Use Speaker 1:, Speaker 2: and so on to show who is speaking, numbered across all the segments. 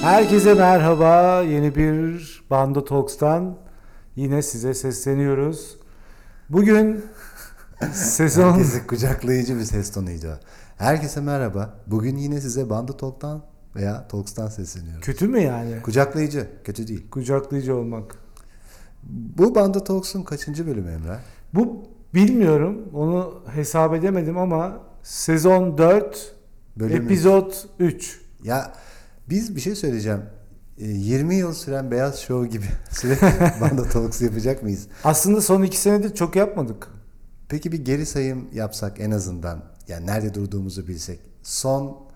Speaker 1: Herkese merhaba. Yeni bir Bando Talks'tan yine size sesleniyoruz. Bugün sezon
Speaker 2: Herkesi kucaklayıcı bir ses tonuydu. Herkese merhaba. Bugün yine size Bandı Talk'tan veya Talks'tan sesleniyorum.
Speaker 1: kötü mü yani?
Speaker 2: Kucaklayıcı, kötü değil.
Speaker 1: Kucaklayıcı olmak.
Speaker 2: Bu Bandı Talks'un kaçıncı bölümü Emre?
Speaker 1: Bu bilmiyorum. Onu hesap edemedim ama sezon 4
Speaker 2: Bölümü.
Speaker 1: epizod 3.
Speaker 2: Ya biz bir şey söyleyeceğim. E, 20 yıl süren Beyaz Show gibi sürekli Bandı Talks yapacak mıyız?
Speaker 1: Aslında son 2 senedir çok yapmadık.
Speaker 2: Peki bir geri sayım yapsak en azından. Yani nerede durduğumuzu bilsek. Son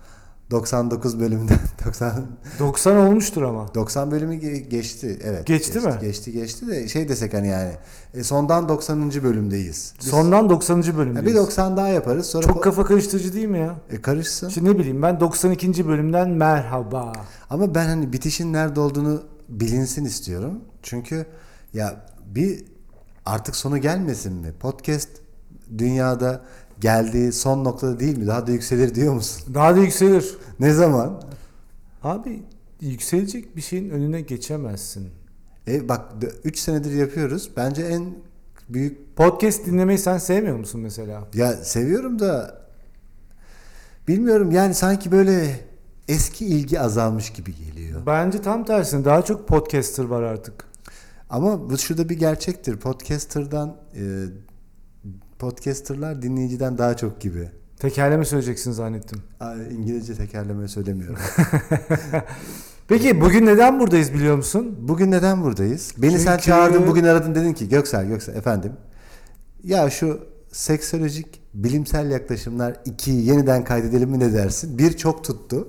Speaker 2: 99 bölümden 90
Speaker 1: 90 olmuştur ama.
Speaker 2: 90 bölümü ge- geçti evet.
Speaker 1: Geçti mi?
Speaker 2: Geçti geçti de şey desek hani yani e, sondan 90. bölümdeyiz. Biz-
Speaker 1: Sondan 90.
Speaker 2: Ya
Speaker 1: bölümdeyiz.
Speaker 2: bir 90 daha yaparız sonra
Speaker 1: Çok
Speaker 2: po-
Speaker 1: kafa karıştırıcı değil mi ya?
Speaker 2: E, karışsın.
Speaker 1: Şimdi ne bileyim ben 92. bölümden merhaba.
Speaker 2: Ama ben hani bitişin nerede olduğunu bilinsin istiyorum. Çünkü ya bir artık sonu gelmesin mi? Podcast dünyada geldiği son noktada değil mi? Daha da yükselir diyor musun?
Speaker 1: Daha da yükselir.
Speaker 2: Ne zaman?
Speaker 1: Abi yükselecek bir şeyin önüne geçemezsin.
Speaker 2: E bak 3 senedir yapıyoruz. Bence en büyük
Speaker 1: Podcast dinlemeyi sen sevmiyor musun mesela?
Speaker 2: Ya seviyorum da bilmiyorum yani sanki böyle eski ilgi azalmış gibi geliyor.
Speaker 1: Bence tam tersine daha çok podcaster var artık.
Speaker 2: Ama bu şurada bir gerçektir. Podcaster'dan e, podcaster'lar dinleyiciden daha çok gibi.
Speaker 1: Tekerleme söyleyeceksin zannettim.
Speaker 2: Aa, İngilizce tekerleme söylemiyorum.
Speaker 1: Peki bugün neden buradayız biliyor musun?
Speaker 2: bugün neden buradayız? Beni sen
Speaker 1: Çünkü-
Speaker 2: çağırdın bugün aradın dedin ki Göksel Göksel efendim. Ya şu seksolojik bilimsel yaklaşımlar 2'yi yeniden kaydedelim mi ne dersin? Bir çok tuttu.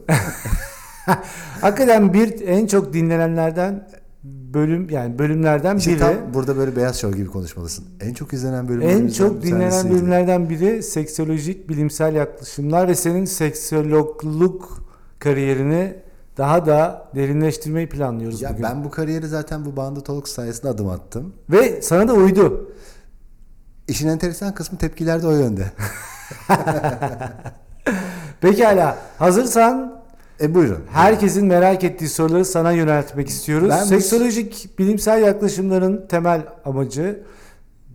Speaker 1: Hakikaten bir en çok dinlenenlerden bölüm yani bölümlerden
Speaker 2: Şimdi
Speaker 1: biri.
Speaker 2: tam burada böyle beyaz şov gibi konuşmalısın. En çok izlenen bölümlerden
Speaker 1: En
Speaker 2: bir
Speaker 1: çok dinlenen
Speaker 2: tanesiydi.
Speaker 1: bölümlerden biri seksolojik bilimsel yaklaşımlar ve senin seksologluk kariyerini daha da derinleştirmeyi planlıyoruz
Speaker 2: Ya
Speaker 1: bugün.
Speaker 2: ben bu kariyeri zaten bu Bandı Talk sayesinde adım attım.
Speaker 1: Ve sana da uydu.
Speaker 2: İşin enteresan kısmı tepkiler de o yönde.
Speaker 1: Pekala hazırsan
Speaker 2: e buyurun.
Speaker 1: herkesin merak ettiği soruları sana yöneltmek istiyoruz.
Speaker 2: Ben bu-
Speaker 1: Seksolojik bilimsel yaklaşımların temel amacı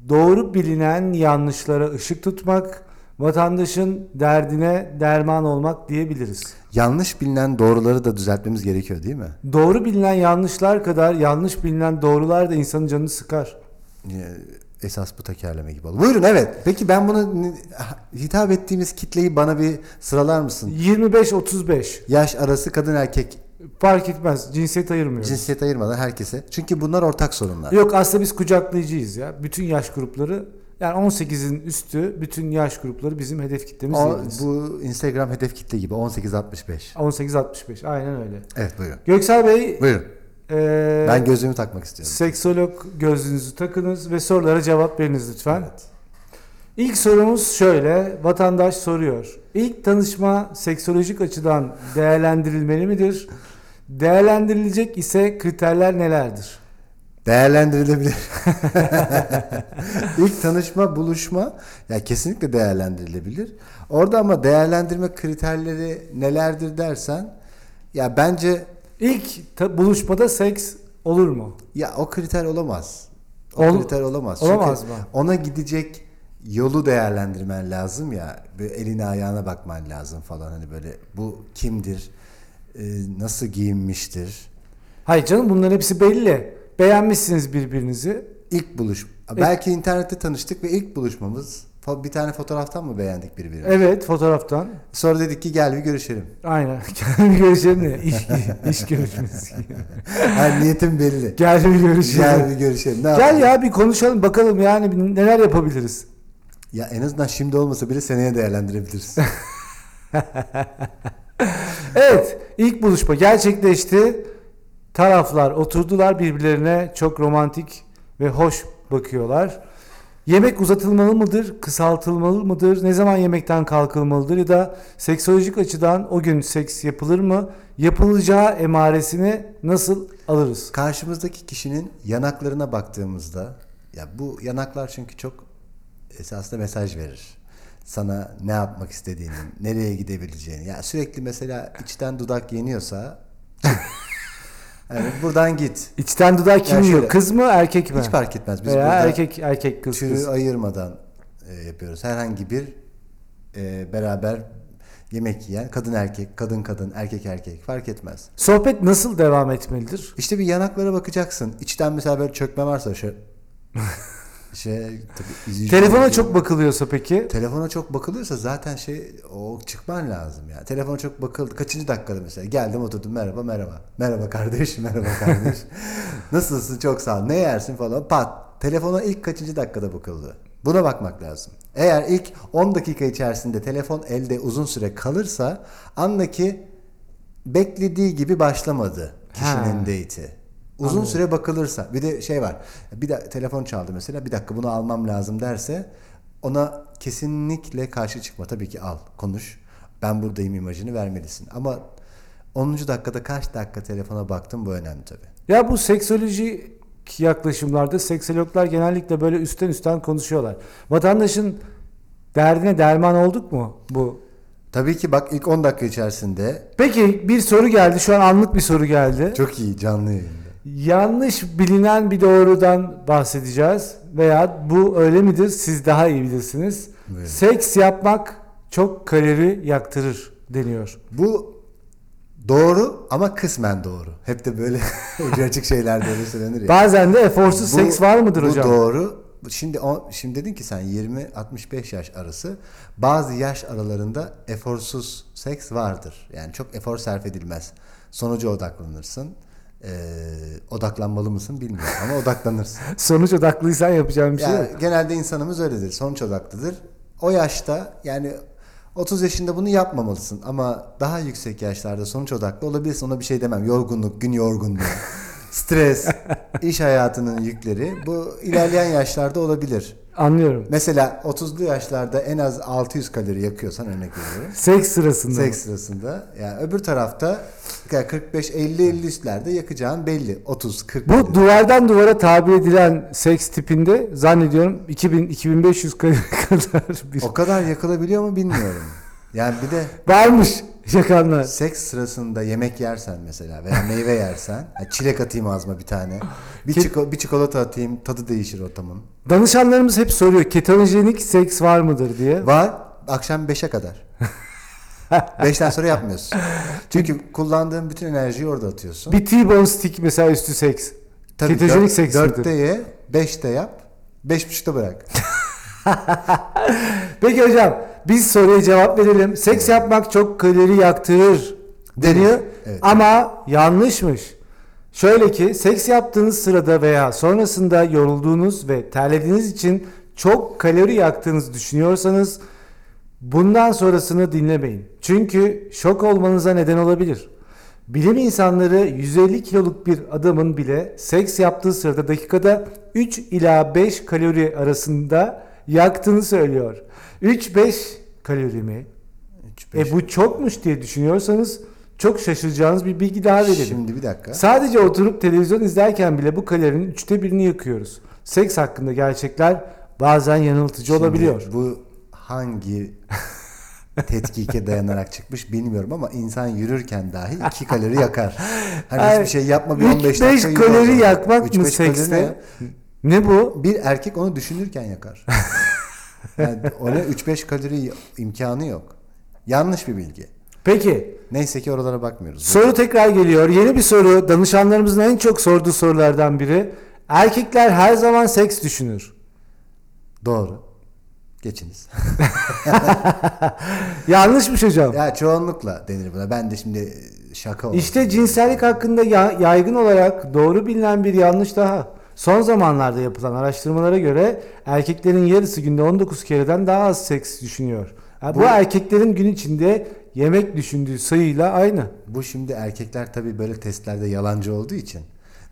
Speaker 1: doğru bilinen yanlışlara ışık tutmak, vatandaşın derdine derman olmak diyebiliriz.
Speaker 2: Yanlış bilinen doğruları da düzeltmemiz gerekiyor değil mi?
Speaker 1: Doğru bilinen yanlışlar kadar yanlış bilinen doğrular da insanın canını sıkar.
Speaker 2: Ee, Esas bu tekerleme gibi oldu. Buyurun evet. Peki ben bunu ni- hitap ettiğimiz kitleyi bana bir sıralar mısın?
Speaker 1: 25-35
Speaker 2: Yaş arası kadın erkek
Speaker 1: fark etmez cinsiyet ayırmıyoruz.
Speaker 2: cinsiyet ayırmadan herkese. Çünkü bunlar ortak sorunlar.
Speaker 1: Yok aslında biz kucaklayıcıyız ya. Bütün yaş grupları yani 18'in üstü bütün yaş grupları bizim hedef kitlemiz
Speaker 2: O,
Speaker 1: diyebiliriz.
Speaker 2: bu Instagram hedef kitle gibi 18-65.
Speaker 1: 18-65 aynen öyle.
Speaker 2: Evet buyurun.
Speaker 1: Göksel Bey
Speaker 2: Buyurun.
Speaker 1: e,
Speaker 2: Ben gözlüğümü takmak istiyorum.
Speaker 1: seksolog gözlüğünüzü takınız ve sorulara cevap veriniz lütfen.
Speaker 2: Evet.
Speaker 1: İlk sorumuz şöyle. Vatandaş soruyor. İlk tanışma seksolojik açıdan değerlendirilmeli midir? Değerlendirilecek ise kriterler nelerdir?
Speaker 2: Değerlendirilebilir. İlk tanışma, buluşma ya kesinlikle değerlendirilebilir. Orada ama değerlendirme kriterleri nelerdir dersen ya bence
Speaker 1: İlk ta- buluşmada seks olur mu?
Speaker 2: ya o kriter olamaz. O
Speaker 1: Ol-
Speaker 2: kriter olamaz.
Speaker 1: olamaz
Speaker 2: Çünkü
Speaker 1: mı?
Speaker 2: ona gidecek yolu değerlendirmen lazım ya. Böyle eline ayağına bakman lazım falan hani böyle bu kimdir? Ee, nasıl giyinmiştir?
Speaker 1: Hayır canım bunların hepsi belli. Beğenmişsiniz birbirinizi.
Speaker 2: İlk buluş. Belki internette tanıştık ve ilk buluşmamız fo- bir tane fotoğraftan mı beğendik birbirini?
Speaker 1: Evet fotoğraftan.
Speaker 2: Sonra dedik ki gel bir görüşelim.
Speaker 1: Aynen. Gel bir görüşelim de. İş, iş görüşmesi. gibi.
Speaker 2: Yani niyetim belli.
Speaker 1: Gel bir
Speaker 2: gel
Speaker 1: görüşelim.
Speaker 2: bir görüşelim. Ne
Speaker 1: Gel
Speaker 2: yapalım?
Speaker 1: ya bir konuşalım bakalım yani neler yapabiliriz.
Speaker 2: Ya en azından şimdi olmasa bile seneye değerlendirebiliriz.
Speaker 1: Evet, ilk buluşma gerçekleşti. Taraflar oturdular birbirlerine çok romantik ve hoş bakıyorlar. Yemek uzatılmalı mıdır, kısaltılmalı mıdır, ne zaman yemekten kalkılmalıdır ya da seksolojik açıdan o gün seks yapılır mı, yapılacağı emaresini nasıl alırız?
Speaker 2: Karşımızdaki kişinin yanaklarına baktığımızda ya bu yanaklar çünkü çok esasında mesaj verir. Sana ne yapmak istediğini, nereye gidebileceğini. Ya sürekli mesela içten dudak yeniyorsa Yani buradan git.
Speaker 1: İçten dudağı kim
Speaker 2: Ya
Speaker 1: yiyor?
Speaker 2: şöyle,
Speaker 1: Kız mı erkek mi?
Speaker 2: Hiç fark etmez. Biz
Speaker 1: Veya
Speaker 2: burada
Speaker 1: erkek erkek kız
Speaker 2: türü
Speaker 1: kız.
Speaker 2: ayırmadan e, yapıyoruz. Herhangi bir e, beraber yemek yiyen kadın erkek, kadın kadın, erkek erkek fark etmez.
Speaker 1: Sohbet nasıl devam etmelidir?
Speaker 2: İşte bir yanaklara bakacaksın. İçten mesela böyle çökme varsa şu şey tabii üzücü
Speaker 1: Telefona
Speaker 2: oluyor.
Speaker 1: çok bakılıyorsa peki?
Speaker 2: Telefona çok bakılıyorsa zaten şey o çıkman lazım ya. Telefona çok bakıldı. Kaçıncı dakikada mesela? Geldim oturdum merhaba merhaba. Merhaba kardeş merhaba kardeş. Nasılsın çok sağ ol. Ne yersin falan pat. Telefona ilk kaçıncı dakikada bakıldı? Buna bakmak lazım. Eğer ilk 10 dakika içerisinde telefon elde uzun süre kalırsa andaki beklediği gibi başlamadı kişinin
Speaker 1: Ha.
Speaker 2: date'i. Uzun
Speaker 1: Anladım.
Speaker 2: süre bakılırsa bir de şey var. Bir de telefon çaldı mesela bir dakika bunu almam lazım derse ona kesinlikle karşı çıkma. Tabii ki al konuş. Ben buradayım imajını vermelisin. Ama 10. dakikada kaç dakika telefona baktım bu önemli tabii.
Speaker 1: Ya bu seksoloji yaklaşımlarda seksologlar genellikle böyle üstten üstten konuşuyorlar. Vatandaşın derdine derman olduk mu bu?
Speaker 2: Tabii ki bak ilk 10 dakika içerisinde
Speaker 1: Peki bir soru geldi. Şu an anlık bir soru geldi.
Speaker 2: çok iyi canlı yayında.
Speaker 1: Yanlış bilinen bir doğrudan bahsedeceğiz veya bu öyle midir siz daha iyi bilirsiniz.
Speaker 2: Buyurun.
Speaker 1: Seks yapmak çok kalori yaktırır deniyor.
Speaker 2: Bu doğru ama kısmen doğru. Hep de böyle ucu açık şeyler de öyle söylenir ya.
Speaker 1: Bazen de eforsuz
Speaker 2: Bu-
Speaker 1: seks var mıdır
Speaker 2: bu
Speaker 1: hocam?
Speaker 2: doğru. Şimdi o, şimdi dedin ki sen 20-65 yaş arası bazı yaş aralarında eforsuz seks vardır. Yani çok efor sarf edilmez. Sonuca odaklanırsın. Ee, odaklanmalı mısın bilmiyorum ama odaklanırsın.
Speaker 1: Sonuç odaklıysan yapacağım bir şey
Speaker 2: Yani
Speaker 1: yok.
Speaker 2: genelde insanımız öyledir. Sonuç odaklıdır. O yaşta yani 30 yaşında bunu yapmamalısın ama daha yüksek yaşlarda sonuç odaklı olabilirsin. Ona bir şey demem. Yorgunluk, gün yorgunluğu, stres, iş hayatının yükleri bu ilerleyen yaşlarda olabilir.
Speaker 1: Anlıyorum.
Speaker 2: Mesela 30'lu yaşlarda en az 600 kalori yakıyorsan örnek veriyorum.
Speaker 1: Seks sırasında.
Speaker 2: Seks sırasında. Yani öbür tarafta 45-50-50 üstlerde yakacağın belli. 30-40
Speaker 1: Bu duvardan duvara tabi edilen seks tipinde zannediyorum 2000-2500 kadar bir
Speaker 2: O kadar yakılabiliyor mu bilmiyorum. Yani bir de
Speaker 1: varmış yakanlar.
Speaker 2: seks sırasında yemek yersen mesela veya meyve yersen, ya çilek atayım ağzıma bir tane. Bir,
Speaker 1: Ki-
Speaker 2: çiko- bir çikolata atayım, tadı değişir ortamın.
Speaker 1: Danışanlarımız hep soruyor ketojenik seks var mıdır diye.
Speaker 2: Var akşam 5'e kadar. 5'ten sonra yapmıyorsun. Çünkü kullandığın bütün enerjiyi orada atıyorsun.
Speaker 1: Bir T-bone stick mesela üstü seks. ketojenik
Speaker 2: dört-
Speaker 1: seks
Speaker 2: dörtte
Speaker 1: midir?
Speaker 2: ye, 5'te yap, 5.30'da bırak.
Speaker 1: Peki hocam biz soruya cevap verelim. Seks yapmak çok kalori yaktırır deniyor
Speaker 2: Evet.
Speaker 1: ama yanlışmış. Şöyle ki seks yaptığınız sırada veya sonrasında yorulduğunuz ve terlediğiniz için çok kalori yaktığınızı düşünüyorsanız bundan sonrasını dinlemeyin. Çünkü şok olmanıza neden olabilir. Bilim insanları 150 kiloluk bir adamın bile seks yaptığı sırada dakikada 3 ila 5 kalori arasında yaktığını söylüyor. 3-5 kalori mi?
Speaker 2: Üç, beş.
Speaker 1: E bu çokmuş diye düşünüyorsanız çok şaşıracağınız bir bilgi daha verelim.
Speaker 2: Şimdi bir dakika.
Speaker 1: Sadece oturup televizyon izlerken bile bu kalorinin üçte birini yakıyoruz. Seks hakkında gerçekler bazen yanıltıcı
Speaker 2: Şimdi
Speaker 1: olabiliyor.
Speaker 2: Bu hangi tetkike dayanarak çıkmış bilmiyorum ama insan yürürken dahi 2 kalori yakar. Hani
Speaker 1: Ay,
Speaker 2: hiçbir şey yapma bir
Speaker 1: üç
Speaker 2: 15
Speaker 1: beş
Speaker 2: dakika yürü o
Speaker 1: kalori
Speaker 2: zaman.
Speaker 1: yakmak
Speaker 2: Üç
Speaker 1: mı
Speaker 2: beş kalori ne ya?
Speaker 1: sekste? Ne bu?
Speaker 2: Bir erkek onu düşünürken yakar. Yani ona 3-5 kalori imkanı yok. Yanlış bir bilgi.
Speaker 1: Peki
Speaker 2: Neyse ki oralara bakmıyoruz.
Speaker 1: soru tekrar geliyor. Yeni bir soru. Danışanlarımızın en çok sorduğu sorulardan biri. Erkekler her zaman seks düşünür.
Speaker 2: Doğru. Geçiniz.
Speaker 1: Yanlışmış hocam.
Speaker 2: ya çoğunlukla denir buna. Ben de şimdi şaka oldu.
Speaker 1: İşte cinsellik hakkında ya- yaygın olarak doğru bilinen bir yanlış daha. Son zamanlarda yapılan araştırmalara göre erkeklerin yarısı günde 19 kereden daha az seks düşünüyor. Ha, bu,
Speaker 2: Bu-
Speaker 1: erkeklerin gün içinde yemek düşündüğü sayıyla aynı.
Speaker 2: Bu şimdi erkekler tabii böyle testlerde yalancı olduğu için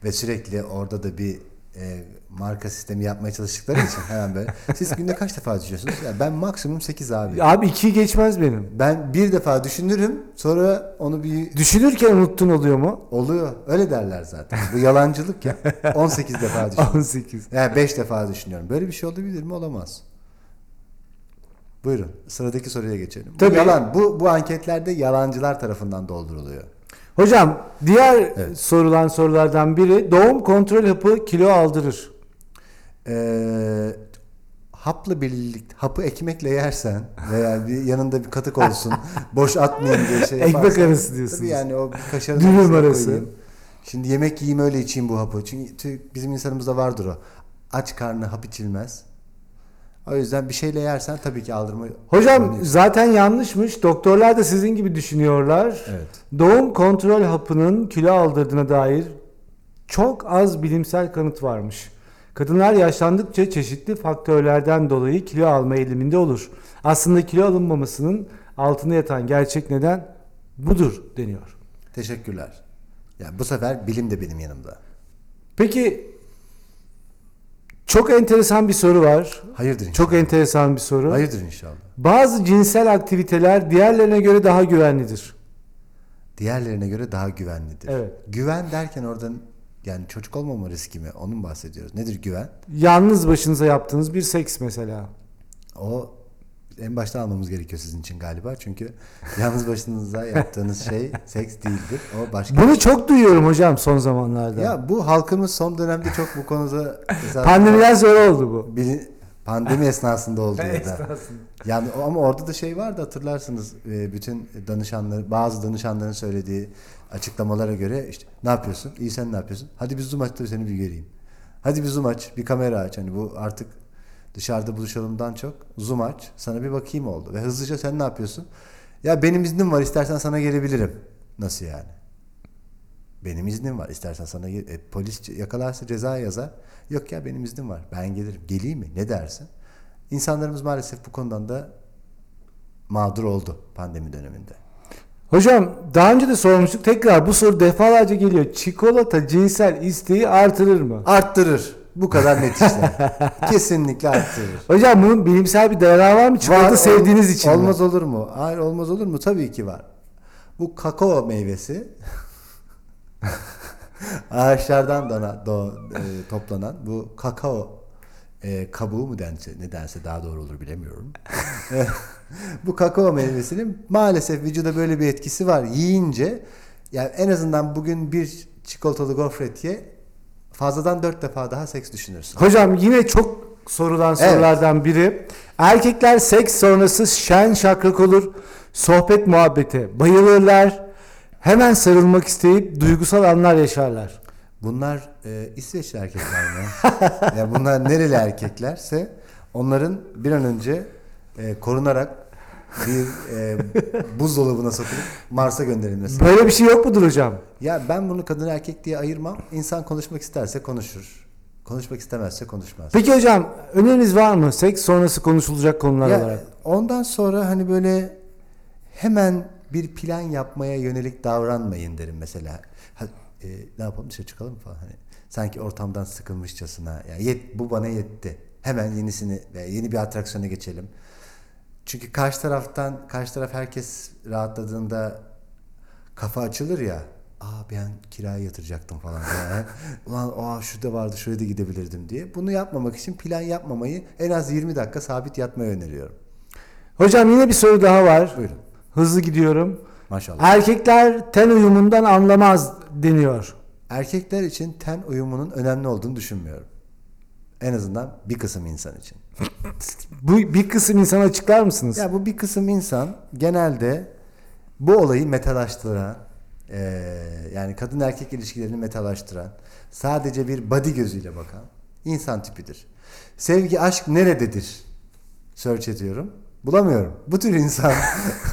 Speaker 2: ve sürekli orada da bir e, marka sistemi yapmaya çalıştıkları için hemen böyle. Siz günde kaç defa düşünüyorsunuz? Ya ben maksimum 8 abi.
Speaker 1: Abi ikiyi geçmez benim.
Speaker 2: Ben bir defa düşünürüm sonra onu bir
Speaker 1: Düşünürken unuttun oluyor mu?
Speaker 2: oluyor. Öyle derler zaten. Bu yalancılık ya. 18 defa düşünüyorum.
Speaker 1: 18.
Speaker 2: Ya 5 defa düşünüyorum. Böyle bir şey olabilir mi? Olamaz. Buyurun. Sıradaki soruya geçelim. Bu
Speaker 1: Tabii.
Speaker 2: yalan. Bu bu anketlerde yalancılar tarafından dolduruluyor.
Speaker 1: Hocam diğer
Speaker 2: Evet.
Speaker 1: sorulan sorulardan biri doğum kontrol hapı kilo aldırır.
Speaker 2: Ee, hapla birlikte hapı ekmekle yersen veya bir yanında bir katık olsun boş atmayayım diye şey
Speaker 1: Ekmek
Speaker 2: yaparsan,
Speaker 1: arası
Speaker 2: tabii
Speaker 1: diyorsunuz.
Speaker 2: yani o bir kaşarın
Speaker 1: Dürüm
Speaker 2: arasına
Speaker 1: arası.
Speaker 2: Şimdi yemek yiyeyim öyle içeyim bu hapı. Çünkü tü- bizim insanımızda vardır o. Aç karnı hap içilmez. O yüzden bir şeyle yersen tabii ki aldırma.
Speaker 1: Hocam zaten yanlışmış. Doktorlar da sizin gibi düşünüyorlar.
Speaker 2: Evet.
Speaker 1: Doğum kontrol hapının kilo aldırdığına dair çok az bilimsel kanıt varmış. Kadınlar yaşlandıkça çeşitli faktörlerden dolayı kilo alma eğiliminde olur. Aslında kilo alınmamasının altında yatan gerçek neden budur deniyor.
Speaker 2: Teşekkürler. Ya bu sefer bilim de benim yanımda.
Speaker 1: Peki çok enteresan bir soru var.
Speaker 2: Hayırdır inşallah.
Speaker 1: Çok enteresan bir soru.
Speaker 2: Hayırdır inşallah.
Speaker 1: Bazı cinsel aktiviteler diğerlerine göre daha güvenlidir.
Speaker 2: diğerlerine göre daha güvenlidir.
Speaker 1: Evet.
Speaker 2: Güven derken orada yani çocuk olmama riski mi? Onun bahsediyoruz. Nedir güven?
Speaker 1: Yalnız başınıza yaptığınız bir seks mesela.
Speaker 2: O en başta almamız gerekiyor sizin için galiba. Çünkü yalnız başınıza yaptığınız şey seks değildir. O başka. şey.
Speaker 1: Bunu çok duyuyorum hocam son zamanlarda.
Speaker 2: Ya bu halkımız son dönemde çok bu konuda mesela-
Speaker 1: Pandemiden sonra oldu bu.
Speaker 2: Bili- pandemi esnasında oldu ya da. Yani o- ama orada da şey vardı hatırlarsınız e, bütün danışanlar bazı danışanların söylediği açıklamalara göre işte ne yapıyorsun? İyi sen ne yapıyorsun? Hadi bir Zoom aç da seni bir göreyim. Hadi bir Zoom aç, bir kamera aç. Hani bu artık dışarıda buluşalımdan çok Zoom aç, sana bir bakayım oldu. Ve hızlıca sen ne yapıyorsun? Ya benim iznim var istersen sana gelebilirim. Nasıl yani? Benim iznim var. İstersen sana gel- e, polis yakalarsa ceza yazar. Yok ya benim iznim var. Ben gelirim. Geleyim mi? Ne dersin? İnsanlarımız maalesef bu konudan da mağdur oldu pandemi döneminde.
Speaker 1: Hocam daha önce de sormuştuk tekrar bu soru defalarca geliyor. Çikolata cinsel isteği artırır mı?
Speaker 2: Arttırır. Bu kadar net işte. Kesinlikle arttırır.
Speaker 1: Hocam bunun bilimsel bir dayanağı var mı? Çikolata
Speaker 2: ol-
Speaker 1: sevdiğiniz için mi?
Speaker 2: Olmaz olur mu? Hayır olmaz olur mu? Tabii ki var. Bu kakao meyvesi ağaçlardan dana, do- e, toplanan bu kakao e, kabuğu mu dense, ne dense daha doğru olur bilemiyorum. E, bu kakao meyvesinin maalesef vücuda böyle bir etkisi var. Yiyince yani en azından bugün bir çikolatalı gofret ye fazladan dört defa daha seks düşünürsün.
Speaker 1: Hocam yine çok sorulan
Speaker 2: Evet.
Speaker 1: sorulardan biri. Erkekler seks sonrası şen şakrak olur. Sohbet muhabbete bayılırlar. Hemen sarılmak isteyip duygusal anlar yaşarlar.
Speaker 2: Bunlar e, İsveçli erkekler mi? ya bunlar nereli erkeklerse onların bir an önce e, korunarak bir e, buzdolabına sokulup Mars'a gönderilmesi.
Speaker 1: Böyle bir şey yok mudur hocam?
Speaker 2: Ya ben bunu kadın erkek diye ayırmam. İnsan konuşmak isterse konuşur. Konuşmak istemezse konuşmaz.
Speaker 1: Peki hocam öneriniz var mı? Seks sonrası konuşulacak konular
Speaker 2: Ya,
Speaker 1: olarak.
Speaker 2: ondan sonra hani böyle hemen bir plan yapmaya yönelik davranmayın derim mesela. Ha, e, ne yapalım dışarı çıkalım mı falan hani sanki ortamdan sıkılmışçasına ya yet bu bana yetti. Hemen yenisini ve yeni bir atraksiyona geçelim. Çünkü karşı taraftan karşı taraf herkes rahatladığında kafa açılır ya. Aa ben kiraya yatıracaktım falan. Yani. Ulan aa şurada vardı şuraya da gidebilirdim diye. Bunu yapmamak için plan yapmamayı en az 20 dakika sabit yatmayı öneriyorum.
Speaker 1: Hocam yine bir soru daha var.
Speaker 2: Buyurun.
Speaker 1: Hızlı gidiyorum.
Speaker 2: Maşallah.
Speaker 1: Erkekler ten uyumundan anlamaz deniyor.
Speaker 2: Erkekler için ten uyumunun önemli olduğunu düşünmüyorum. En azından bir kısım insan için.
Speaker 1: Bu bir kısım insan açıklar mısınız?
Speaker 2: Ya bu bir kısım insan genelde bu olayı metalaştıran, eee, yani kadın erkek ilişkilerini metalaştıran, sadece bir body gözüyle bakan insan tipidir. Sevgi, aşk nerededir? Search ediyorum. Bulamıyorum. Bu tür insan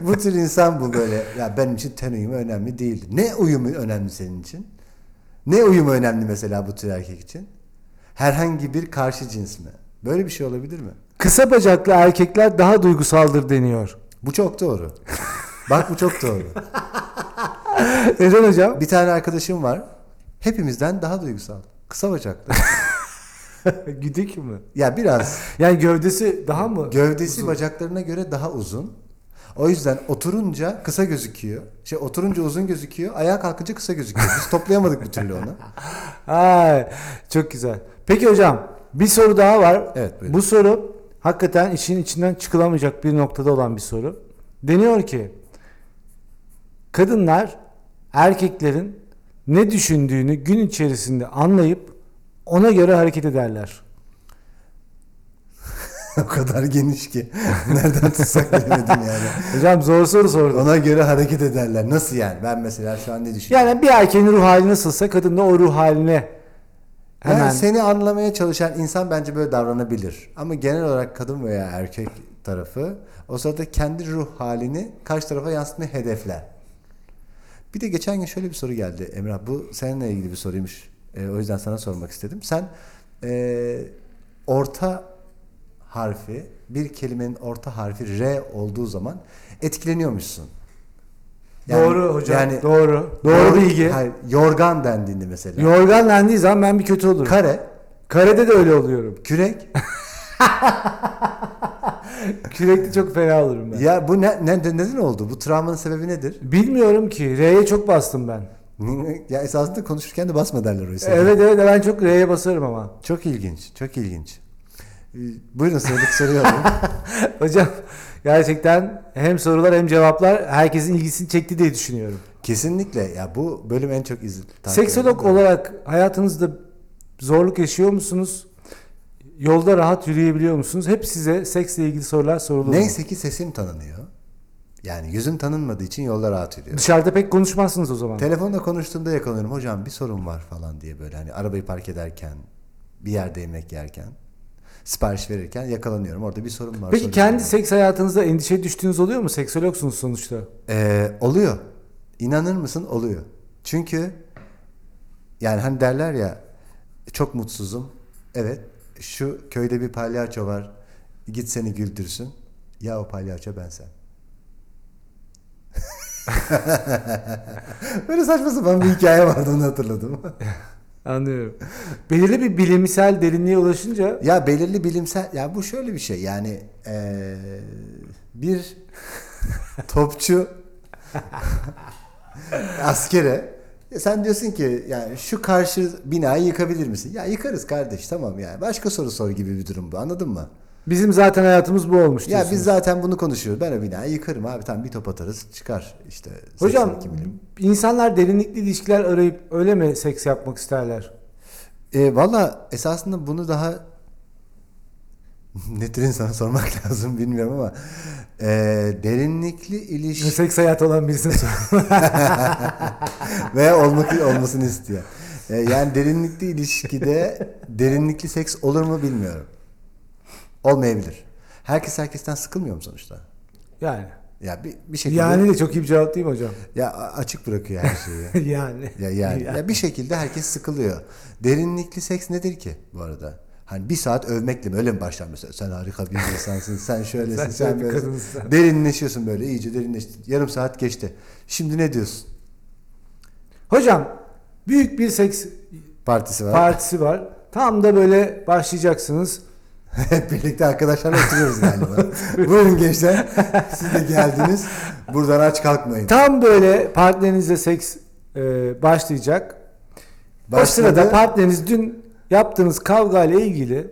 Speaker 2: bu tür insan bu böyle. Ya benim için ten uyumu önemli değil. Ne uyumu önemli senin için? Ne uyumu önemli mesela bu tür erkek için? Herhangi bir karşı cins mi? Böyle bir şey olabilir mi?
Speaker 1: Kısa bacaklı erkekler daha duygusaldır deniyor.
Speaker 2: Bu çok doğru. Bak bu çok doğru.
Speaker 1: Neden hocam?
Speaker 2: Bir tane arkadaşım var. Hepimizden daha duygusal. Kısa bacaklı.
Speaker 1: Güdük mü?
Speaker 2: Ya biraz
Speaker 1: Yani gövdesi daha mı?
Speaker 2: gövdesi bacaklarına göre daha uzun. O yüzden oturunca kısa gözüküyor. Şey oturunca uzun gözüküyor. Ayağa kalkınca kısa gözüküyor. Biz toplayamadık bir türlü onu.
Speaker 1: Ay, çok güzel. Peki hocam bir soru daha var.
Speaker 2: Evet, buyurun.
Speaker 1: Bu soru hakikaten işin içinden çıkılamayacak bir noktada olan bir soru. Deniyor ki kadınlar erkeklerin ne düşündüğünü gün içerisinde anlayıp ona göre hareket ederler.
Speaker 2: o kadar geniş ki nereden tutsak bilemedim yani.
Speaker 1: Hocam zor soru sordum.
Speaker 2: Ona göre hareket ederler. Nasıl yani? Ben mesela şu an ne düşünüyorum?
Speaker 1: Yani bir erkeğin ruh hali nasılsa kadın da o ruh haline
Speaker 2: Yani,
Speaker 1: hemen
Speaker 2: seni anlamaya çalışan insan bence böyle davranabilir. Ama genel olarak kadın veya erkek tarafı o sırada kendi ruh halini karşı tarafa yansıtmayı hedefler. Bir de geçen gün şöyle bir soru geldi Emrah. Bu seninle ilgili bir soruymuş. Ee, o yüzden sana sormak istedim. Sen ee, orta harfi, bir kelimenin orta harfi R olduğu zaman etkileniyormuşsun. Yani-
Speaker 1: doğru hocam.
Speaker 2: yani-
Speaker 1: doğru. Doğru bilgi.
Speaker 2: Hayır, yorgan dendiğinde mesela.
Speaker 1: Yorgan dendiği zaman ben bir kötü olurum.
Speaker 2: Kare,
Speaker 1: Karede de öyle oluyorum.
Speaker 2: kürek,
Speaker 1: Kürekli çok fena olurum ben.
Speaker 2: Ya bu ne, ne neden oldu? Bu travmanın sebebi nedir?
Speaker 1: Bilmiyorum ki. R'ye çok bastım ben.
Speaker 2: ya esasında konuşurken de basma derler oysa.
Speaker 1: Evet evet ben çok R'ye basarım ama.
Speaker 2: Çok ilginç, çok ilginç. Ee, Buyurun sıradaki soruyu alalım.
Speaker 1: Hocam gerçekten hem sorular hem cevaplar herkesin ilgisini çekti diye düşünüyorum.
Speaker 2: Kesinlikle. Ya bu bölüm en çok izin.
Speaker 1: Seksolog olarak hayatınızda zorluk yaşıyor musunuz? Yolda rahat yürüyebiliyor musunuz? Hep size seksle ilgili sorular sorulur.
Speaker 2: Neyse ki sesim tanınıyor. Yani yüzüm tanınmadığı için yolda rahat yürüyorum.
Speaker 1: Dışarıda pek konuşmazsınız o zaman.
Speaker 2: Telefonla konuştuğumda yakalanıyorum. Hocam bir sorun var falan diye böyle hani arabayı park ederken, bir yerde yemek yerken, sipariş verirken yakalanıyorum. Orada bir sorun var.
Speaker 1: Peki
Speaker 2: sorun
Speaker 1: kendi
Speaker 2: var.
Speaker 1: seks hayatınızda endişe düştüğünüz oluyor mu? Seksologsunuz sonuçta.
Speaker 2: Ee, oluyor. İnanır mısın? Oluyor. Çünkü yani hani derler ya çok mutsuzum. Evet. Şu köyde bir palyaço var. Git seni güldürsün. Ya o palyaço ben sen. Böyle saçma sapan bir hikaye vardı onu hatırladım.
Speaker 1: Anlıyorum. Belirli bir bilimsel derinliğe ulaşınca
Speaker 2: ya belirli bilimsel ya bu şöyle bir şey yani eee, bir topçu askere e sen diyorsun ki yani şu karşı binayı yıkabilir misin? Ya yıkarız kardeş tamam yani. Başka soru sor gibi bir durum bu anladın mı?
Speaker 1: bizim zaten hayatımız bu olmuş
Speaker 2: Ya
Speaker 1: diyorsunuz.
Speaker 2: biz zaten bunu konuşuyoruz. Ben o binayı yıkarım abi tamam bir top atarız çıkar işte.
Speaker 1: Hocam
Speaker 2: 82 milim.
Speaker 1: insanlar derinlikli ilişkiler arayıp öyle mi seks yapmak isterler?
Speaker 2: E, Valla esasında bunu daha ne tür insana sormak lazım bilmiyorum ama e, derinlikli ilişki
Speaker 1: Seks hayatı olan birisine sor.
Speaker 2: veya olmak olmasını istiyor. E, yani derinlikli ilişkide derinlikli seks olur mu bilmiyorum. Olmayabilir. Herkes herkesten sıkılmıyor mu sonuçta?
Speaker 1: yani.
Speaker 2: Ya bir, bir şekilde
Speaker 1: Yani de çok iyi bir cevap değil mi hocam?
Speaker 2: ya a- açık bırakıyor her şeyi.
Speaker 1: yani.
Speaker 2: Ya yani ya bir şekilde herkes sıkılıyor. Derinlikli seks nedir ki bu arada? Hani bir saat övmekle mi öyle mi başlar mesela? Sen harika bir insansın, sen şöylesin, sen,
Speaker 1: Sen şöyle bir
Speaker 2: böylesin.
Speaker 1: kadınsın.
Speaker 2: Derinleşiyorsun böyle iyice derinleştin. Yarım saat geçti. Şimdi ne diyorsun?
Speaker 1: Hocam büyük bir seks
Speaker 2: Partisi var.
Speaker 1: partisi var. Tam da böyle başlayacaksınız.
Speaker 2: Hep birlikte arkadaşlarla oturuyoruz galiba. Buyurun gençler. Siz de geldiniz. Buradan aç kalkmayın.
Speaker 1: Tam böyle partnerinizle seks e, başlayacak. O sırada partneriniz dün yaptığınız kavga ile ilgili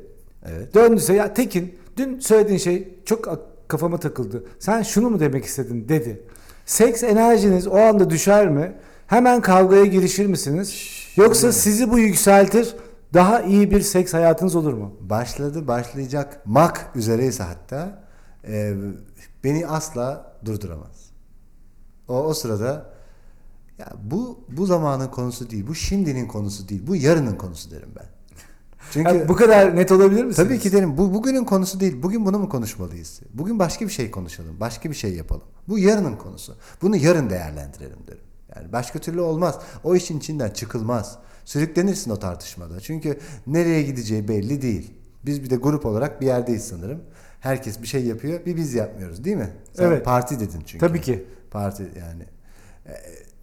Speaker 2: Evet.
Speaker 1: döndüse ya Tekin dün söylediğin şey çok ak- kafama takıldı. Sen şunu mu demek istedin dedi. Seks enerjiniz o anda düşer mi? Hemen kavgaya girişir misiniz? Yoksa sizi bu yükseltir daha iyi bir seks hayatınız olur mu?
Speaker 2: başladı başlayacak mak üzereyse hatta e, beni asla durduramaz. O, o sırada ya bu bu zamanın konusu değil, bu şimdinin konusu değil, bu yarının konusu derim ben. Çünkü
Speaker 1: Ya bu kadar net olabilir misiniz?
Speaker 2: tabii ki derim bu bugünün konusu değil. Bugün bunu mu konuşmalıyız? Bugün başka bir şey konuşalım, başka bir şey yapalım. Bu yarının konusu. Bunu yarın değerlendirelim derim. Yani başka türlü olmaz. O işin içinden çıkılmaz. Sürüklenirsin o tartışmada. Çünkü nereye gideceği belli değil. Biz bir de grup olarak bir yerdeyiz sanırım. Herkes bir şey yapıyor, bir biz yapmıyoruz değil mi? Sen
Speaker 1: Evet.
Speaker 2: parti dedin çünkü.
Speaker 1: Tabii ki.
Speaker 2: Parti yani. Ee,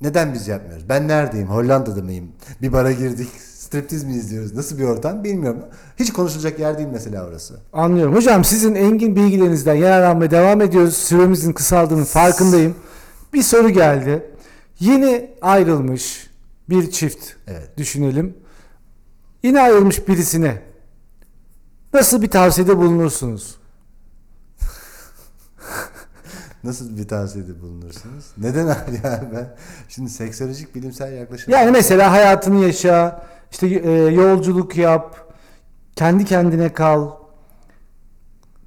Speaker 2: Neden biz yapmıyoruz? Ben neredeyim? Hollanda'da mıyım? Bir bara girdik. Striptiz mi izliyoruz? Nasıl bir ortam bilmiyorum. Hiç konuşulacak yer değil mesela orası.
Speaker 1: Anlıyorum. Hocam sizin engin bilgilerinizden yararlanmaya devam ediyoruz. Süremizin kısaldığının farkındayım. Bir soru geldi. Yeni ayrılmış bir çift
Speaker 2: Evet.
Speaker 1: düşünelim. Yeni ayrılmış birisine nasıl bir tavsiyede bulunursunuz?
Speaker 2: Nasıl bir tavsiyede bulunursunuz? Neden abi ya ben? Şimdi seksolojik bilimsel yaklaşım.
Speaker 1: Yani mesela hayatını yaşa, işte e, yolculuk yap, kendi kendine kal.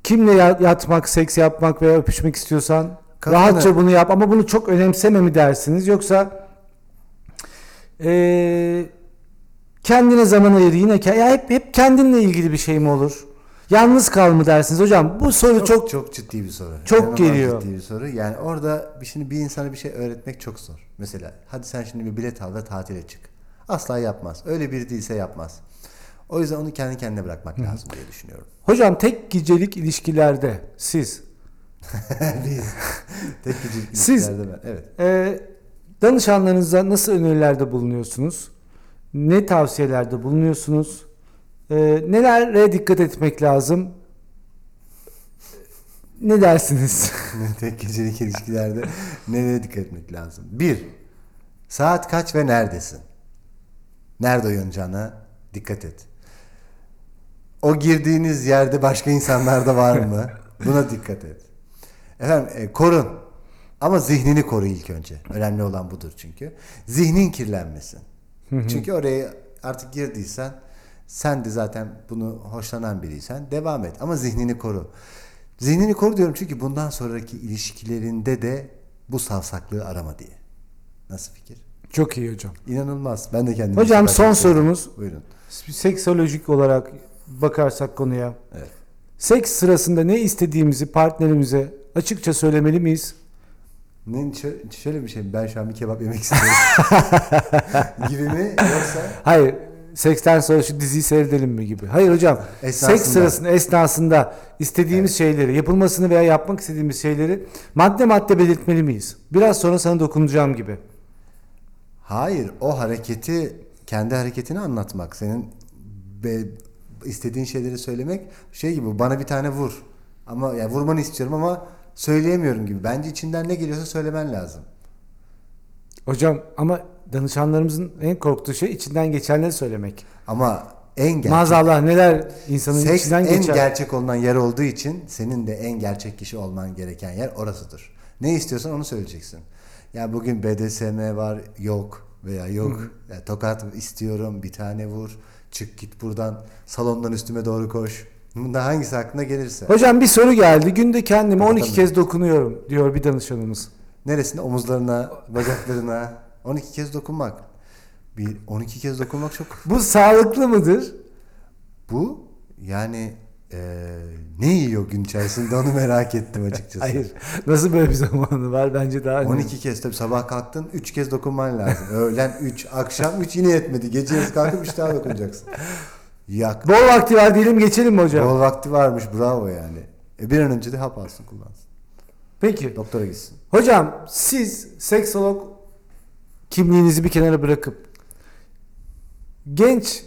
Speaker 1: Kimle ya- yatmak, seks yapmak veya öpüşmek istiyorsan
Speaker 2: Kadına.
Speaker 1: rahatça bunu yap ama bunu çok önemseme mi dersiniz yoksa e, kendine zaman ayır yine ke- ya hep hep kendinle ilgili bir şey mi olur? Yalnız kal mı dersiniz hocam? Bu soru çok,
Speaker 2: çok çok ciddi bir soru.
Speaker 1: Çok
Speaker 2: İnanılmaz
Speaker 1: geliyor.
Speaker 2: Ciddi bir soru. Yani orada bir- şimdi bir insana bir şey öğretmek çok zor. Mesela hadi sen şimdi bir bilet al ve tatile çık. Asla yapmaz. Öyle biri değilse yapmaz. O yüzden onu kendi kendine bırakmak lazım diye düşünüyorum.
Speaker 1: Hocam tek gecelik ilişkilerde siz
Speaker 2: Biz tek gecelik
Speaker 1: Siz-
Speaker 2: ilişkilerde ben. Evet.
Speaker 1: Ee, danışanlarınıza nasıl önerilerde bulunuyorsunuz? Ne tavsiyelerde bulunuyorsunuz? Ee, nelere dikkat etmek lazım? Ne dersiniz?
Speaker 2: tek gecelik ilişkilerde nereye dikkat etmek lazım? Bir, saat kaç ve neredesin? Nerede uyanacağına dikkat et. O girdiğiniz yerde başka insanlar da var mı? Buna dikkat et. Efendim e, korun. Ama zihnini koru ilk önce. Önemli olan budur çünkü. Zihnin kirlenmesin. çünkü oraya artık girdiysen sen de zaten bunu hoşlanan biriysen devam et. Ama zihnini koru. Zihnini koru diyorum çünkü bundan sonraki ilişkilerinde de bu savsaklığı arama diye. Nasıl fikir?
Speaker 1: Çok iyi hocam.
Speaker 2: İnanılmaz. Ben de kendimi...
Speaker 1: Hocam
Speaker 2: ispat
Speaker 1: son
Speaker 2: ettim.
Speaker 1: sorumuz.
Speaker 2: Buyurun.
Speaker 1: Seksolojik olarak bakarsak konuya.
Speaker 2: Evet.
Speaker 1: Seks sırasında ne istediğimizi partnerimize açıkça söylemeli miyiz?
Speaker 2: Ne, şö- şöyle bir şey ben şu an bir kebap yemek istiyorum gibi mi yoksa
Speaker 1: Hayır. Seksten sonra şu diziyi seyredelim mi gibi. Hayır hocam.
Speaker 2: Esnasında.
Speaker 1: Seks sırasında esnasında istediğimiz şeyleri, yapılmasını veya yapmak istediğimiz şeyleri madde madde belirtmeli miyiz? Biraz sonra sana dokunacağım gibi.
Speaker 2: Hayır, o hareketi kendi hareketini anlatmak, senin be- istediğin şeyleri söylemek şey gibi bana bir tane vur. Ama ya vurmanı istiyorum ama söyleyemiyorum gibi. Bence içinden ne geliyorsa söylemen lazım.
Speaker 1: Hocam ama danışanlarımızın en korktuğu şey içinden geçenleri söylemek.
Speaker 2: Ama en gerçek
Speaker 1: Maazallah neler insanın
Speaker 2: seks en
Speaker 1: içinden geçer.
Speaker 2: gerçek olunan yer olduğu için senin de en gerçek kişi olman gereken yer orasıdır. Ne istiyorsan onu söyleyeceksin. Ya bugün BDSM var yok veya yok. Ya tokat istiyorum bir tane vur. Çık git buradan salondan üstüme doğru koş. Bunda hangisi aklına gelirse.
Speaker 1: Hocam bir soru geldi. Günde kendime 12
Speaker 2: Tabii.
Speaker 1: kez dokunuyorum diyor bir danışanımız.
Speaker 2: Neresinde? Omuzlarına, bacaklarına. 12 kez dokunmak. Bir 12 kez dokunmak çok
Speaker 1: Bu sağlıklı mıdır?
Speaker 2: Bu yani eee, ne yiyor gün içerisinde onu merak ettim açıkçası.
Speaker 1: Hayır. Nasıl böyle bir zamanı var? Bence daha önemli.
Speaker 2: 12 kez tabii sabah kalktın 3 kez dokunman lazım. Öğlen 3, akşam 3 yine yetmedi. Gece yarısı kalkıp 3 daha dokunacaksın. Yak.
Speaker 1: Bol vakti var diyelim geçelim mi hocam?
Speaker 2: Bol vakti varmış bravo yani. E bir an önce de hap alsın kullansın.
Speaker 1: Peki.
Speaker 2: Doktora gitsin.
Speaker 1: Hocam siz seksolog kimliğinizi bir kenara bırakıp genç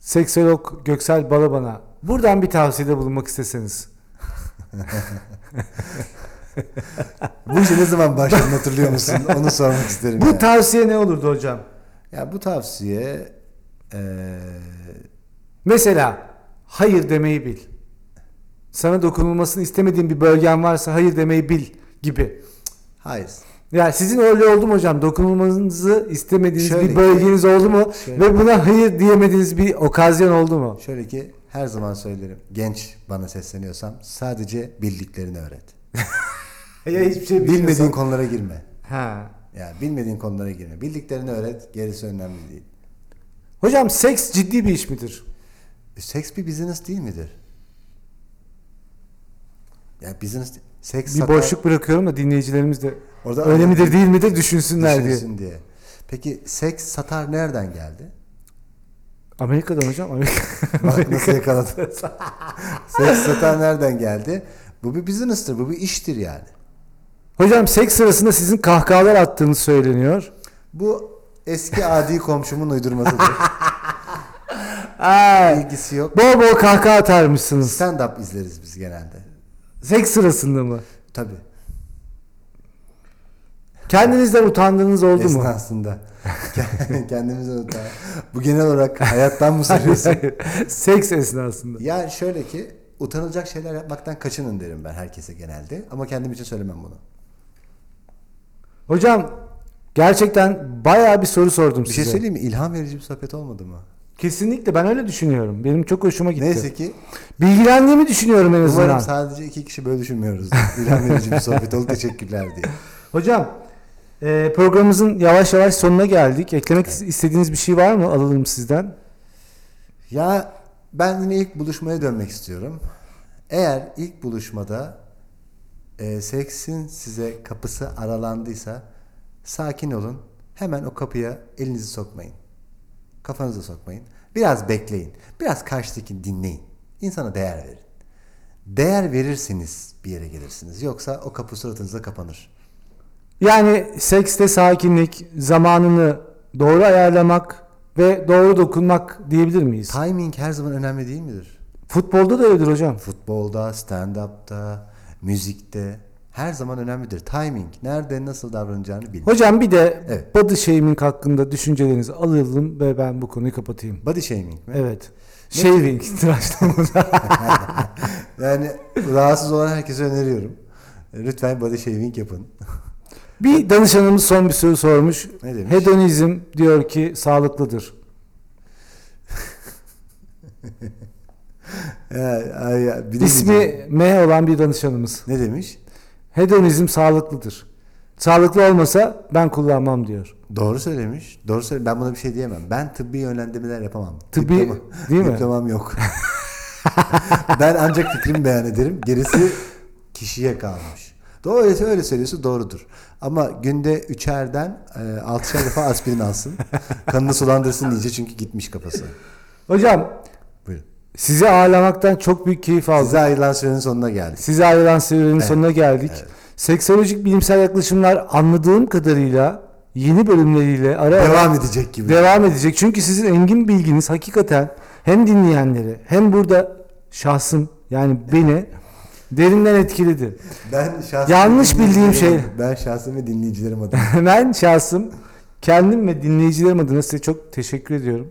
Speaker 1: seksolog Göksel Balaban'a buradan bir tavsiyede bulunmak isteseniz.
Speaker 2: Bu işe ne zaman başladın hatırlıyor musun? Onu sormak isterim.
Speaker 1: Bu
Speaker 2: yani.
Speaker 1: tavsiye ne olurdu hocam?
Speaker 2: ya bu tavsiye e, eee,
Speaker 1: Mesela hayır demeyi bil. Sana dokunulmasını istemediğin bir bölgen varsa hayır demeyi bil gibi.
Speaker 2: hayır.
Speaker 1: Ya sizin öyle oldu mu hocam? Dokunulmanızı istemediğiniz
Speaker 2: Şöyle
Speaker 1: bir
Speaker 2: ki-
Speaker 1: bölgeniz oldu mu?
Speaker 2: Şöyle.
Speaker 1: Ve buna hayır diyemediğiniz bir okazyon oldu mu?
Speaker 2: Şöyle ki her zaman söylerim. Genç bana sesleniyorsam sadece bildiklerini öğret.
Speaker 1: Ya hiçbir şey
Speaker 2: Bilmediğin konulara girme.
Speaker 1: Ha.
Speaker 2: Ya bilmediğin konulara girme. Bildiklerini öğret. Gerisi önemli değil.
Speaker 1: Hocam seks ciddi bir iş midir?
Speaker 2: E, Seks bir business değil midir? Ya business seks
Speaker 1: Bir
Speaker 2: satar,
Speaker 1: boşluk bırakıyorum da dinleyicilerimiz de
Speaker 2: Orada
Speaker 1: öyle midir değil midir düşünsünler diye.
Speaker 2: düşünsün diye. Peki seks satar nereden geldi?
Speaker 1: Amerika'dan hocam Amerika.
Speaker 2: Bak nasıl yakaladım. seks satar nereden geldi? Bu bir business'tır. Bu bir iştir yani.
Speaker 1: hocam seks sırasında sizin kahkahalar attığınız söyleniyor.
Speaker 2: Bu eski adi komşumun uydurmasıdır.
Speaker 1: Ay.
Speaker 2: İlgisi yok.
Speaker 1: Bol bol kahkaha atarmışsınız.
Speaker 2: Stand up izleriz biz genelde.
Speaker 1: Seks sırasında mı?
Speaker 2: Tabii.
Speaker 1: Kendinizden utandığınız oldu mu?
Speaker 2: Esnasında. Kendimize utan. Bu genel olarak hayattan mı
Speaker 1: Hayır,
Speaker 2: soruyorsun?
Speaker 1: hayır. Seks esnasında.
Speaker 2: ya şöyle ki utanılacak şeyler yapmaktan kaçının derim ben herkese genelde. Ama kendim için söylemem bunu.
Speaker 1: Hocam gerçekten bayağı bir soru sordum
Speaker 2: Bir
Speaker 1: size.
Speaker 2: şey söyleyeyim mi? İlham verici bir sohbet olmadı mı?
Speaker 1: Kesinlikle ben öyle düşünüyorum. Benim çok hoşuma gitti.
Speaker 2: Neyse ki
Speaker 1: Bilgilendiğimi düşünüyorum en azından.
Speaker 2: umarım sadece iki kişi böyle düşünmüyoruz. İlham verici bir sohbet oldu. Teşekkürler diye.
Speaker 1: Hocam e, programımızın yavaş yavaş sonuna geldik. Eklemek istediğiniz bir şey var mı? Alalım sizden.
Speaker 2: Ya ben yine ilk buluşmaya dönmek istiyorum. Eğer ilk buluşmada e, seksin size kapısı aralandıysa sakin olun. Hemen o kapıya elinizi sokmayın. Kafanızı sokmayın. Biraz bekleyin. Biraz karşıdakini dinleyin. İnsana değer verin. Değer verirseniz bir yere gelirsiniz. Yoksa o kapı suratınıza kapanır.
Speaker 1: Yani sekste sakinlik, zamanını doğru ayarlamak ve doğru dokunmak diyebilir miyiz?
Speaker 2: Timing her zaman önemli değil midir?
Speaker 1: Futbolda da öyledir hocam.
Speaker 2: Futbolda, stand-up'ta, müzikte her zaman önemlidir. Timing, nerede nasıl davranacağını bil.
Speaker 1: Hocam bir de
Speaker 2: Evet.
Speaker 1: body shaming hakkında düşüncelerinizi alalım ve ben bu konuyu kapatayım.
Speaker 2: Body shaming mi?
Speaker 1: Evet. Shaving, tıraşlama.
Speaker 2: Yani rahatsız olan herkese öneriyorum. Lütfen body shaming yapın.
Speaker 1: Bir danışanımız son bir soru sormuş.
Speaker 2: Ne demiş?
Speaker 1: Hedonizm diyor ki sağlıklıdır.
Speaker 2: Ya, Ee, ay, ya, bilemeyeceğim.
Speaker 1: İsmi M olan bir danışanımız.
Speaker 2: ne demiş?
Speaker 1: Hedonizm sağlıklıdır. Sağlıklı olmasa ben kullanmam diyor.
Speaker 2: Doğru söylemiş. Doğru söyle. Ben buna bir şey diyemem. Ben tıbbi yönlendirmeler yapamam.
Speaker 1: Tıbbi- değil mi?
Speaker 2: Diplomam yok. ben ancak fikrimi beyan ederim. Gerisi kişiye kalmış. Doğru öyle, öyle söylüyorsa doğrudur. Ama günde üçerden e, altışer defa aspirin alsın. Kanını sulandırsın iyice çünkü gitmiş kafası.
Speaker 1: Hocam
Speaker 2: Buyurun.
Speaker 1: sizi ağırlamaktan çok büyük keyif aldım.
Speaker 2: Size ayrılan sürenin sonuna geldik.
Speaker 1: Size ayrılan serinin sonuna geldik.
Speaker 2: evet.
Speaker 1: Seksolojik bilimsel yaklaşımlar anladığım kadarıyla yeni bölümleriyle ara ara
Speaker 2: Devam edecek gibi.
Speaker 1: devam edecek. Çünkü sizin engin bilginiz hakikaten hem dinleyenleri hem burada şahsım yani beni derinden etkiledi.
Speaker 2: Ben şahsen
Speaker 1: Yanlış bildiğim şey-
Speaker 2: Ben şahsen ve dinleyicilerim adına.
Speaker 1: ben şahsım kendim ve dinleyicilerim adına size çok teşekkür ediyorum.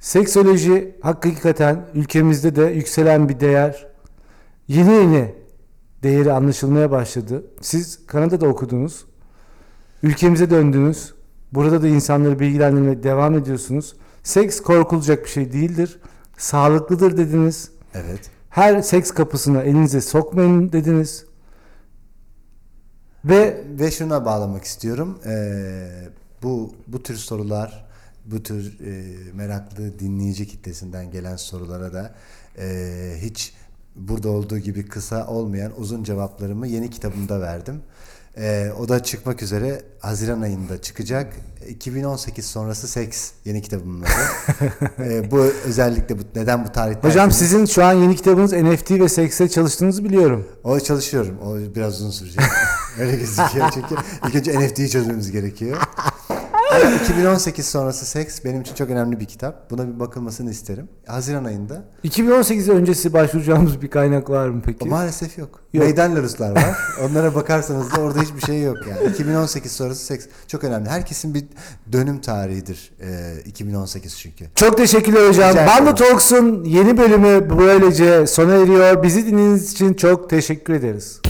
Speaker 1: Seksoloji hakikaten ülkemizde de yükselen bir değer. Yeni yeni değeri anlaşılmaya başladı. Siz Kanada'da okudunuz. Ülkemize döndünüz. Burada da insanları bilgilendirmeye devam ediyorsunuz. Seks korkulacak bir şey değildir. Sağlıklıdır dediniz.
Speaker 2: Evet.
Speaker 1: Her seks kapısına elinize sokmayın dediniz. Ve
Speaker 2: Ve şuna bağlamak istiyorum. Ee, bu bu tür sorular, bu tür e, meraklı dinleyici kitlesinden gelen sorulara da e, hiç burada olduğu gibi kısa olmayan uzun cevaplarımı yeni kitabımda verdim. Ee, o da çıkmak üzere Haziran ayında çıkacak. 2018 sonrası seks yeni kitabımın adı. Ee, bu özellikle bu, neden bu tarihte?
Speaker 1: Hocam sizin şu an yeni kitabınız NFT ve sekse çalıştığınızı biliyorum.
Speaker 2: O çalışıyorum. O biraz uzun sürecek. Öyle gözüküyor çünkü. İlk önce NFT'yi çözmemiz gerekiyor. Ama 2018 sonrası seks benim için çok önemli bir kitap. Buna bir bakılmasını isterim. Haziran ayında.
Speaker 1: 2018 öncesi başvuracağımız bir kaynak var mı peki?
Speaker 2: Maalesef yok.
Speaker 1: Yok.
Speaker 2: Meydan laruslar var. Onlara bakarsanız da orada hiçbir şey yok yani. 2018 sonrası seks çok önemli. Herkesin bir dönüm tarihidir e, 2018 çünkü.
Speaker 1: Çok teşekkürler hocam.
Speaker 2: Rica ederim.
Speaker 1: Bando Talks'un yeni bölümü böylece sona eriyor. Bizi dinlediğiniz için çok teşekkür ederiz.